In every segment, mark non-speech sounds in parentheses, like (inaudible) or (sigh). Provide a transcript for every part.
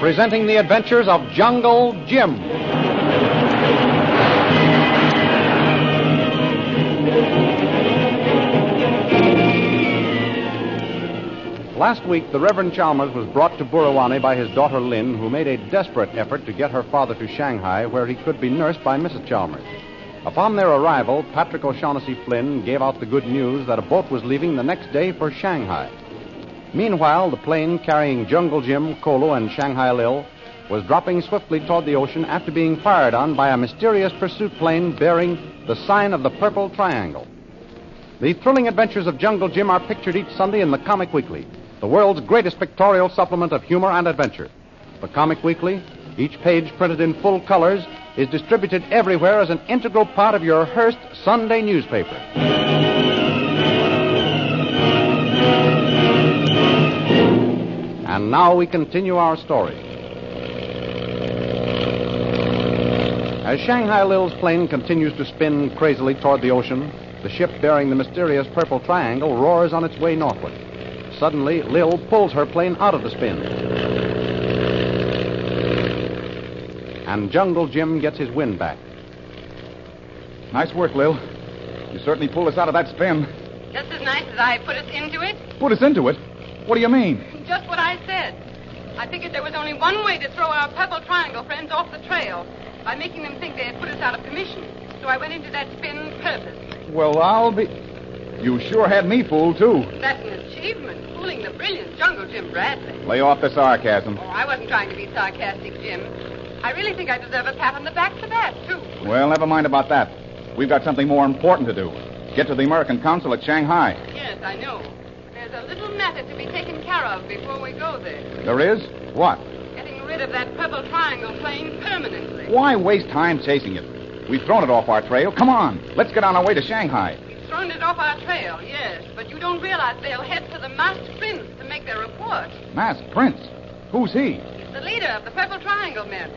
presenting the adventures of Jungle Jim. Last week, the Reverend Chalmers was brought to Buruwani by his daughter Lynn, who made a desperate effort to get her father to Shanghai, where he could be nursed by Mrs. Chalmers. Upon their arrival, Patrick O'Shaughnessy Flynn gave out the good news that a boat was leaving the next day for Shanghai. Meanwhile, the plane carrying Jungle Jim, Kolo, and Shanghai Lil was dropping swiftly toward the ocean after being fired on by a mysterious pursuit plane bearing the sign of the Purple Triangle. The thrilling adventures of Jungle Jim are pictured each Sunday in the Comic Weekly, the world's greatest pictorial supplement of humor and adventure. The Comic Weekly, each page printed in full colors, is distributed everywhere as an integral part of your Hearst Sunday newspaper. And now we continue our story. As Shanghai Lil's plane continues to spin crazily toward the ocean, the ship bearing the mysterious purple triangle roars on its way northward. Suddenly, Lil pulls her plane out of the spin. And Jungle Jim gets his wind back. Nice work, Lil. You certainly pulled us out of that spin. Just as nice as I put us into it. Put us into it? What do you mean? Just what I said. I figured there was only one way to throw our Purple Triangle friends off the trail by making them think they had put us out of commission. So I went into that spin purpose. Well, I'll be. You sure had me fooled, too. That's an achievement, fooling the brilliant Jungle Jim Bradley. Lay off the sarcasm. Oh, I wasn't trying to be sarcastic, Jim. I really think I deserve a pat on the back for that, too. Well, never mind about that. We've got something more important to do. Get to the American consul at Shanghai. Yes, I know. There's a little matter to be taken care of before we go there. There is? What? Getting rid of that purple triangle plane permanently. Why waste time chasing it? We've thrown it off our trail. Come on. Let's get on our way to Shanghai. We've thrown it off our trail, yes. But you don't realize they'll head for the masked prince to make their report. Masked Prince? Who's he? He's the leader of the purple triangle men.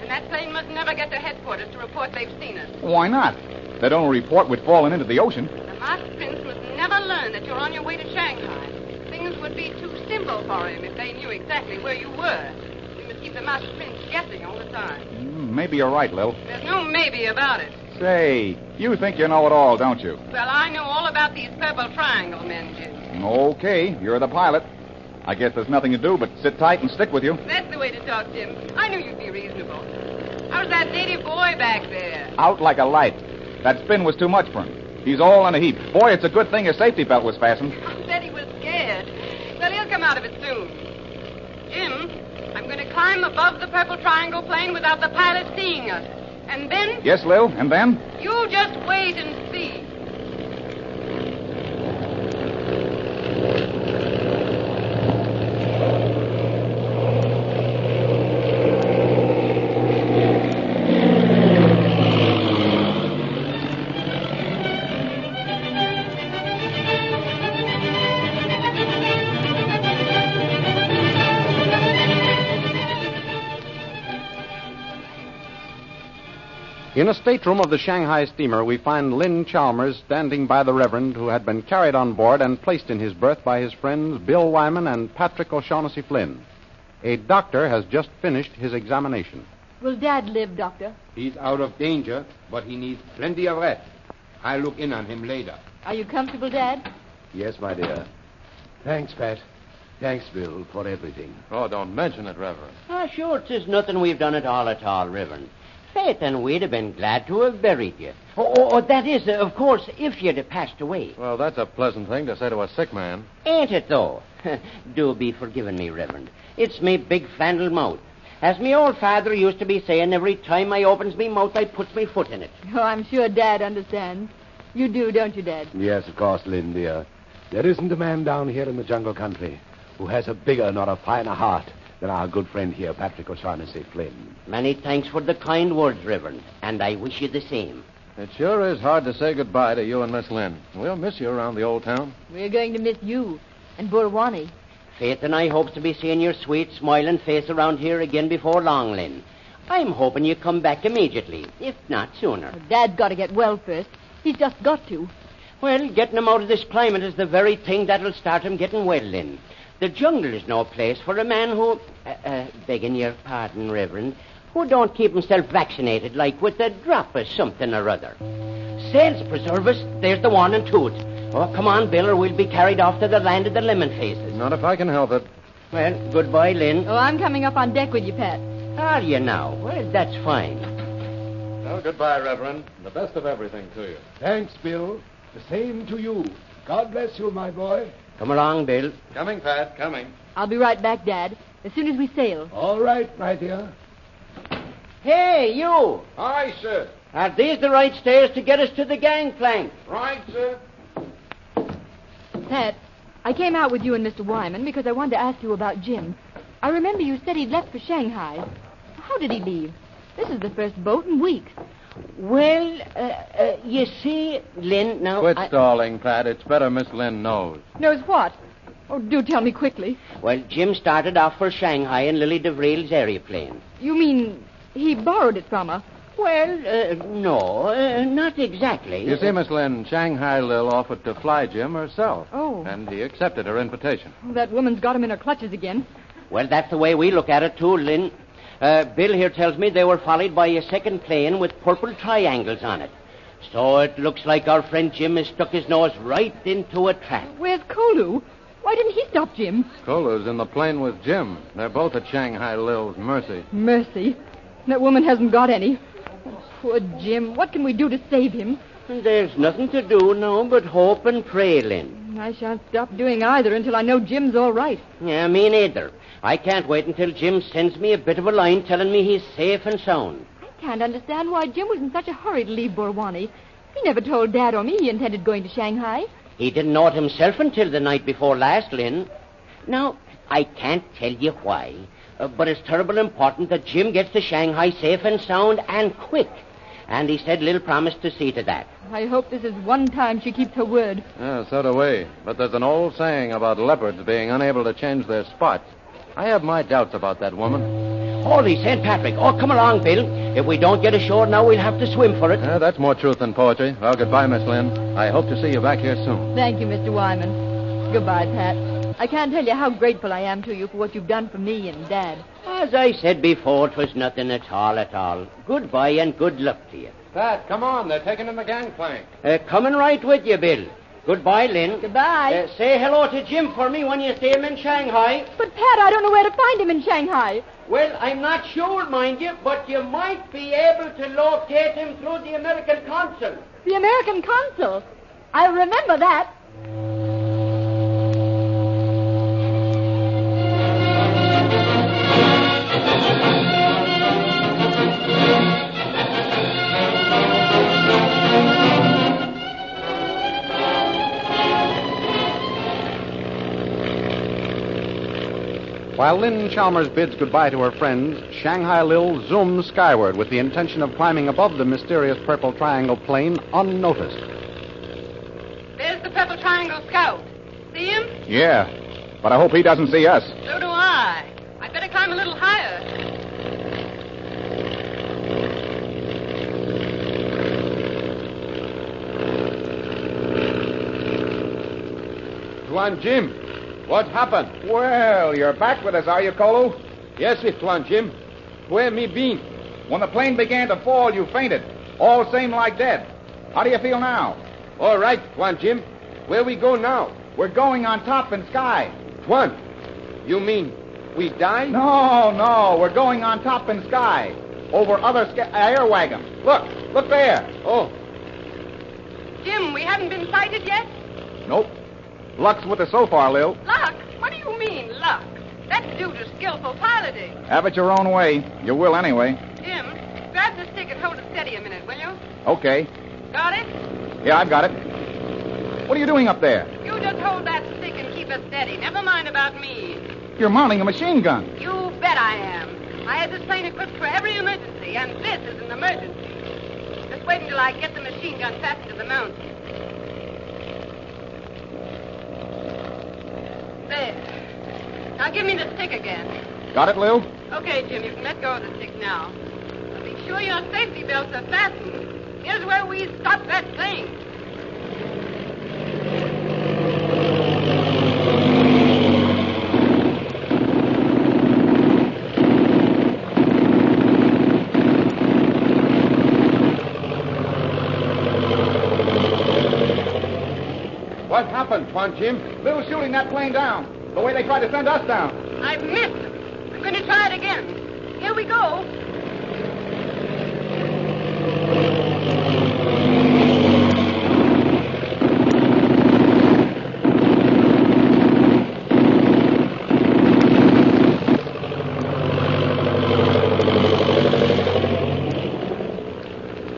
And that plane must never get to headquarters to report they've seen us. Why not? They don't report we'd fallen into the ocean. The masked prince must never learn that you're on your way to Shanghai. Things would be too simple for him if they knew exactly where you were. We must keep the masked prince guessing all the time. Mm, Maybe you're right, Lil. There's no maybe about it. Say, you think you know it all, don't you? Well, I know all about these purple triangle men, Jim. Okay, you're the pilot. I guess there's nothing to do but sit tight and stick with you. That's the way to talk, Jim. I knew you'd be reasonable. How's that native boy back there? Out like a light. That spin was too much for him. He's all in a heap. Boy, it's a good thing his safety belt was fastened. I bet he was scared. Well, he'll come out of it soon. Jim, I'm going to climb above the purple triangle plane without the pilot seeing us. And then Yes, Lil, and then? you just wait and see. In a stateroom of the Shanghai steamer, we find Lynn Chalmers standing by the Reverend, who had been carried on board and placed in his berth by his friends Bill Wyman and Patrick O'Shaughnessy Flynn. A doctor has just finished his examination. Will Dad live, Doctor? He's out of danger, but he needs plenty of rest. I'll look in on him later. Are you comfortable, Dad? Yes, my dear. Thanks, Pat. Thanks, Bill, for everything. Oh, don't mention it, Reverend. Ah, sure, 'tis nothing we've done at all at all, Reverend. Faith, and we'd have been glad to have buried you. Or, or, or that is, uh, of course, if you'd have passed away. Well, that's a pleasant thing to say to a sick man. Ain't it, though? (laughs) Do be forgiving me, Reverend. It's me big flannel mouth. As me old father used to be saying, every time I opens me mouth, I puts me foot in it. Oh, I'm sure Dad understands. You do, don't you, Dad? Yes, of course, Lynn, dear. There isn't a man down here in the jungle country who has a bigger nor a finer heart than our good friend here, Patrick O'Shaughnessy Flynn. Many thanks for the kind words, Reverend, and I wish you the same. It sure is hard to say goodbye to you and Miss Lynn. We'll miss you around the old town. We're going to miss you and Burwani. Faith and I hopes to be seeing your sweet, smiling face around here again before long, Lynn. I'm hoping you come back immediately, if not sooner. Well, Dad's got to get well first. He's just got to. Well, getting him out of this climate is the very thing that'll start him getting well, Lynn. The jungle is no place for a man who, uh, uh, begging your pardon, Reverend, who don't keep himself vaccinated, like with a drop of something or other. Saints preserve us, there's the one and two. Oh, come on, Bill, or we'll be carried off to the land of the lemon faces. Not if I can help it. Well, goodbye, Lynn. Oh, I'm coming up on deck with you, Pat. Are you now? Well, that's fine. Well, goodbye, Reverend. The best of everything to you. Thanks, Bill. The same to you. God bless you, my boy. Come along, Bill. Coming, Pat, coming. I'll be right back, Dad, as soon as we sail. All right, my dear. Hey, you! Aye, sir. Are these the right stairs to get us to the gangplank? Right, sir. Pat, I came out with you and Mr. Wyman because I wanted to ask you about Jim. I remember you said he'd left for Shanghai. How did he leave? This is the first boat in weeks. Well, uh, uh, you see, Lynn, now. Quit I- stalling, Pat. It's better Miss Lynn knows. Knows what? Oh, do tell me quickly. Well, Jim started off for Shanghai in Lily DeVray's aeroplane. You mean he borrowed it from her? Well, uh, no, uh, not exactly. You see, Miss Lynn, Shanghai Lil offered to fly Jim herself. Oh. And he accepted her invitation. Oh, that woman's got him in her clutches again. Well, that's the way we look at it, too, Lynn. Uh, Bill here tells me they were followed by a second plane with purple triangles on it. So it looks like our friend Jim has stuck his nose right into a trap. Where's Kolu? Why didn't he stop Jim? Kolo's in the plane with Jim. They're both at Shanghai Lil's mercy. Mercy. That woman hasn't got any. Oh, poor Jim. What can we do to save him? There's nothing to do now but hope and pray, Lynn. I shan't stop doing either until I know Jim's all right. Yeah, me neither. I can't wait until Jim sends me a bit of a line telling me he's safe and sound. I can't understand why Jim was in such a hurry to leave Borwani. He never told Dad or me he intended going to Shanghai. He didn't know it himself until the night before last, Lynn. Now, I can't tell you why, uh, but it's terrible important that Jim gets to Shanghai safe and sound and quick. And he said Lil promised to see to that. I hope this is one time she keeps her word. Yeah, so do we. But there's an old saying about leopards being unable to change their spots. I have my doubts about that woman. Holy St. Patrick. Oh, come along, Bill. If we don't get ashore now, we'll have to swim for it. Yeah, that's more truth than poetry. Well, goodbye, Miss Lynn. I hope to see you back here soon. Thank you, Mr. Wyman. Goodbye, Pat. I can't tell you how grateful I am to you for what you've done for me and Dad. As I said before, 'twas nothing at all, at all. Goodbye and good luck to you. Pat, come on. They're taking in the gangplank. Uh, coming right with you, Bill. Goodbye, Lynn. Goodbye. Uh, say hello to Jim for me when you see him in Shanghai. But, Pat, I don't know where to find him in Shanghai. Well, I'm not sure, mind you, but you might be able to locate him through the American consul. The American consul. I remember that. While Lynn Chalmers bids goodbye to her friends, Shanghai Lil zooms skyward with the intention of climbing above the mysterious purple triangle plane unnoticed. There's the Purple Triangle Scout. See him? Yeah, but I hope he doesn't see us. So do I. I better climb a little higher. Tuan Jim, what happened? Well, you're back with us, are you, Kolo? Yes, it Tuan Jim. Where me been? When the plane began to fall, you fainted. All seemed like dead. How do you feel now? All right, Juan Jim. Where we go now? We're going on top in sky. Juan, you mean we die? No, no. We're going on top in sky. Over other sca- air wagons. Look, look there. Oh, Jim, we haven't been sighted yet? Nope. Luck's with us so far, Lil. Luck? What do you mean, luck? That's due to skillful piloting. Have it your own way. You will anyway. Jim, grab the stick and hold it steady a minute, will you? Okay. Got it? Yeah, I've got it. What are you doing up there? You just hold that stick and keep it steady. Never mind about me. You're mounting a machine gun. You bet I am. I had this plane equipped for every emergency, and this is an emergency. Just wait until I get the machine gun fastened to the mount. There. Now give me the stick again. Got it, Lil? Okay, Jim, you can let go of the stick now. But be sure your safety belts are fastened. Here's where we stop that thing. what happened, Juan Jim? Lil shooting that plane down. The way they tried to send us down. I've missed. I'm going to try it again. Here we go.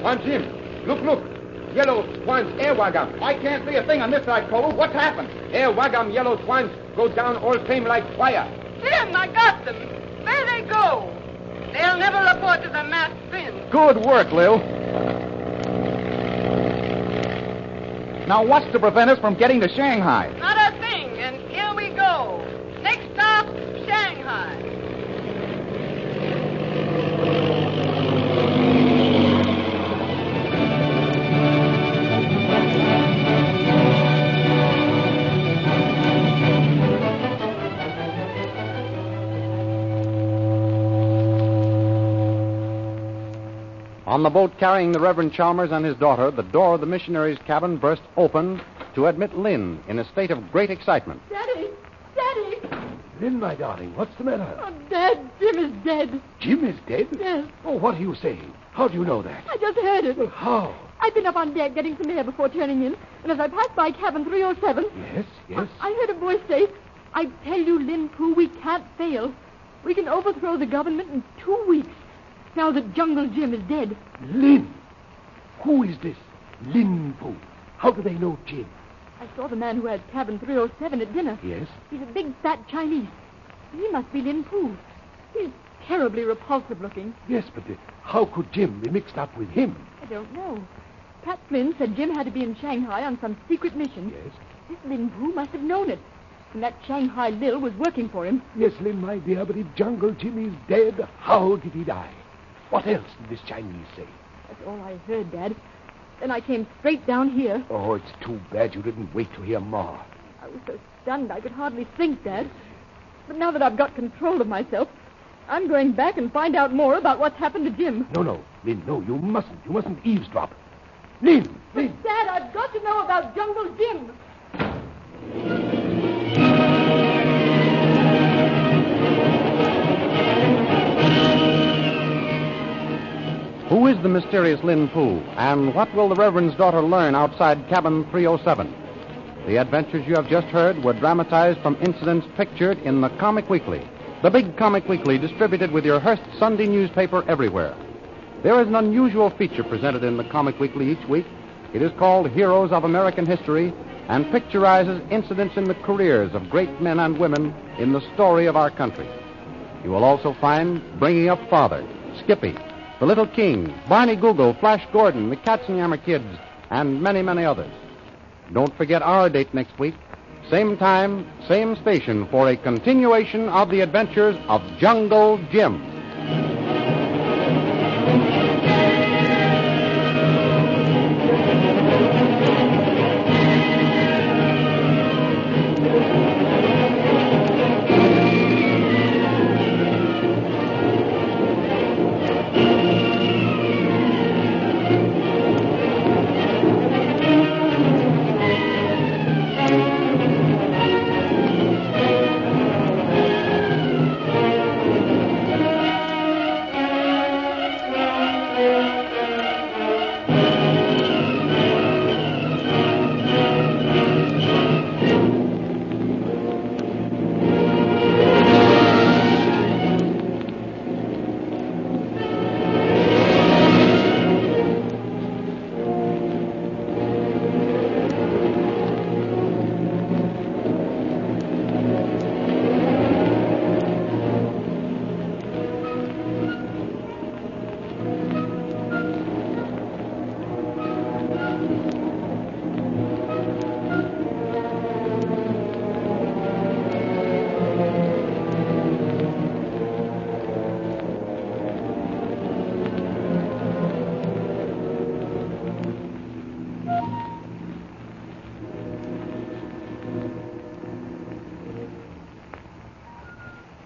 Juan Jim, look, look. Yellow Swan's air wagon. I can't see a thing on this side, Kolu. What's happened? Air wagon yellow swans go down all same like fire. Jim, I got them. There they go. They'll never report to the mass fin. Good work, Lil. Now, what's to prevent us from getting to Shanghai? Not a thing, and here we go. Next stop, Shanghai. On the boat carrying the Reverend Chalmers and his daughter, the door of the missionary's cabin burst open to admit Lynn in a state of great excitement. Daddy! Daddy! Lynn, my darling, what's the matter? I'm dead. Jim is dead. Jim is dead? Yes. Oh, what are you saying? How do you know that? I just heard it. How? I've been up on deck getting some air before turning in, and as I passed by cabin 307, Yes, yes. I heard a voice say, I tell you, Lin Poo, we can't fail. We can overthrow the government in two weeks, now that Jungle Jim is dead. Lynn! Who is this? Lynn Pooh. How do they know Jim? I saw the man who had cabin 307 at dinner. Yes? He's a big, fat Chinese. He must be Lin Poo. He's terribly repulsive looking. Yes, but uh, how could Jim be mixed up with him? I don't know. Pat Flynn said Jim had to be in Shanghai on some secret mission. Yes? This Lin Poo must have known it. And that Shanghai Lil was working for him. Yes, Lynn, my dear, but if Jungle Jim is dead, how did he die? What else did this Chinese say? That's all I heard, Dad. Then I came straight down here. Oh, it's too bad you didn't wait to hear more. I was so stunned I could hardly think, Dad. But now that I've got control of myself, I'm going back and find out more about what's happened to Jim. No, no, Lynn, no, you mustn't. You mustn't eavesdrop. Lynn, Lynn. Dad, I've got to know about Jungle Jim. Who is the mysterious Lin Poo, and what will the Reverend's daughter learn outside cabin 307? The adventures you have just heard were dramatized from incidents pictured in the Comic Weekly, the big Comic Weekly distributed with your Hearst Sunday newspaper everywhere. There is an unusual feature presented in the Comic Weekly each week. It is called Heroes of American History and picturizes incidents in the careers of great men and women in the story of our country. You will also find Bringing Up Father, Skippy, The Little King, Barney Google, Flash Gordon, The Katzenjammer Kids, and many, many others. Don't forget our date next week, same time, same station, for a continuation of the adventures of Jungle Jim. Bye.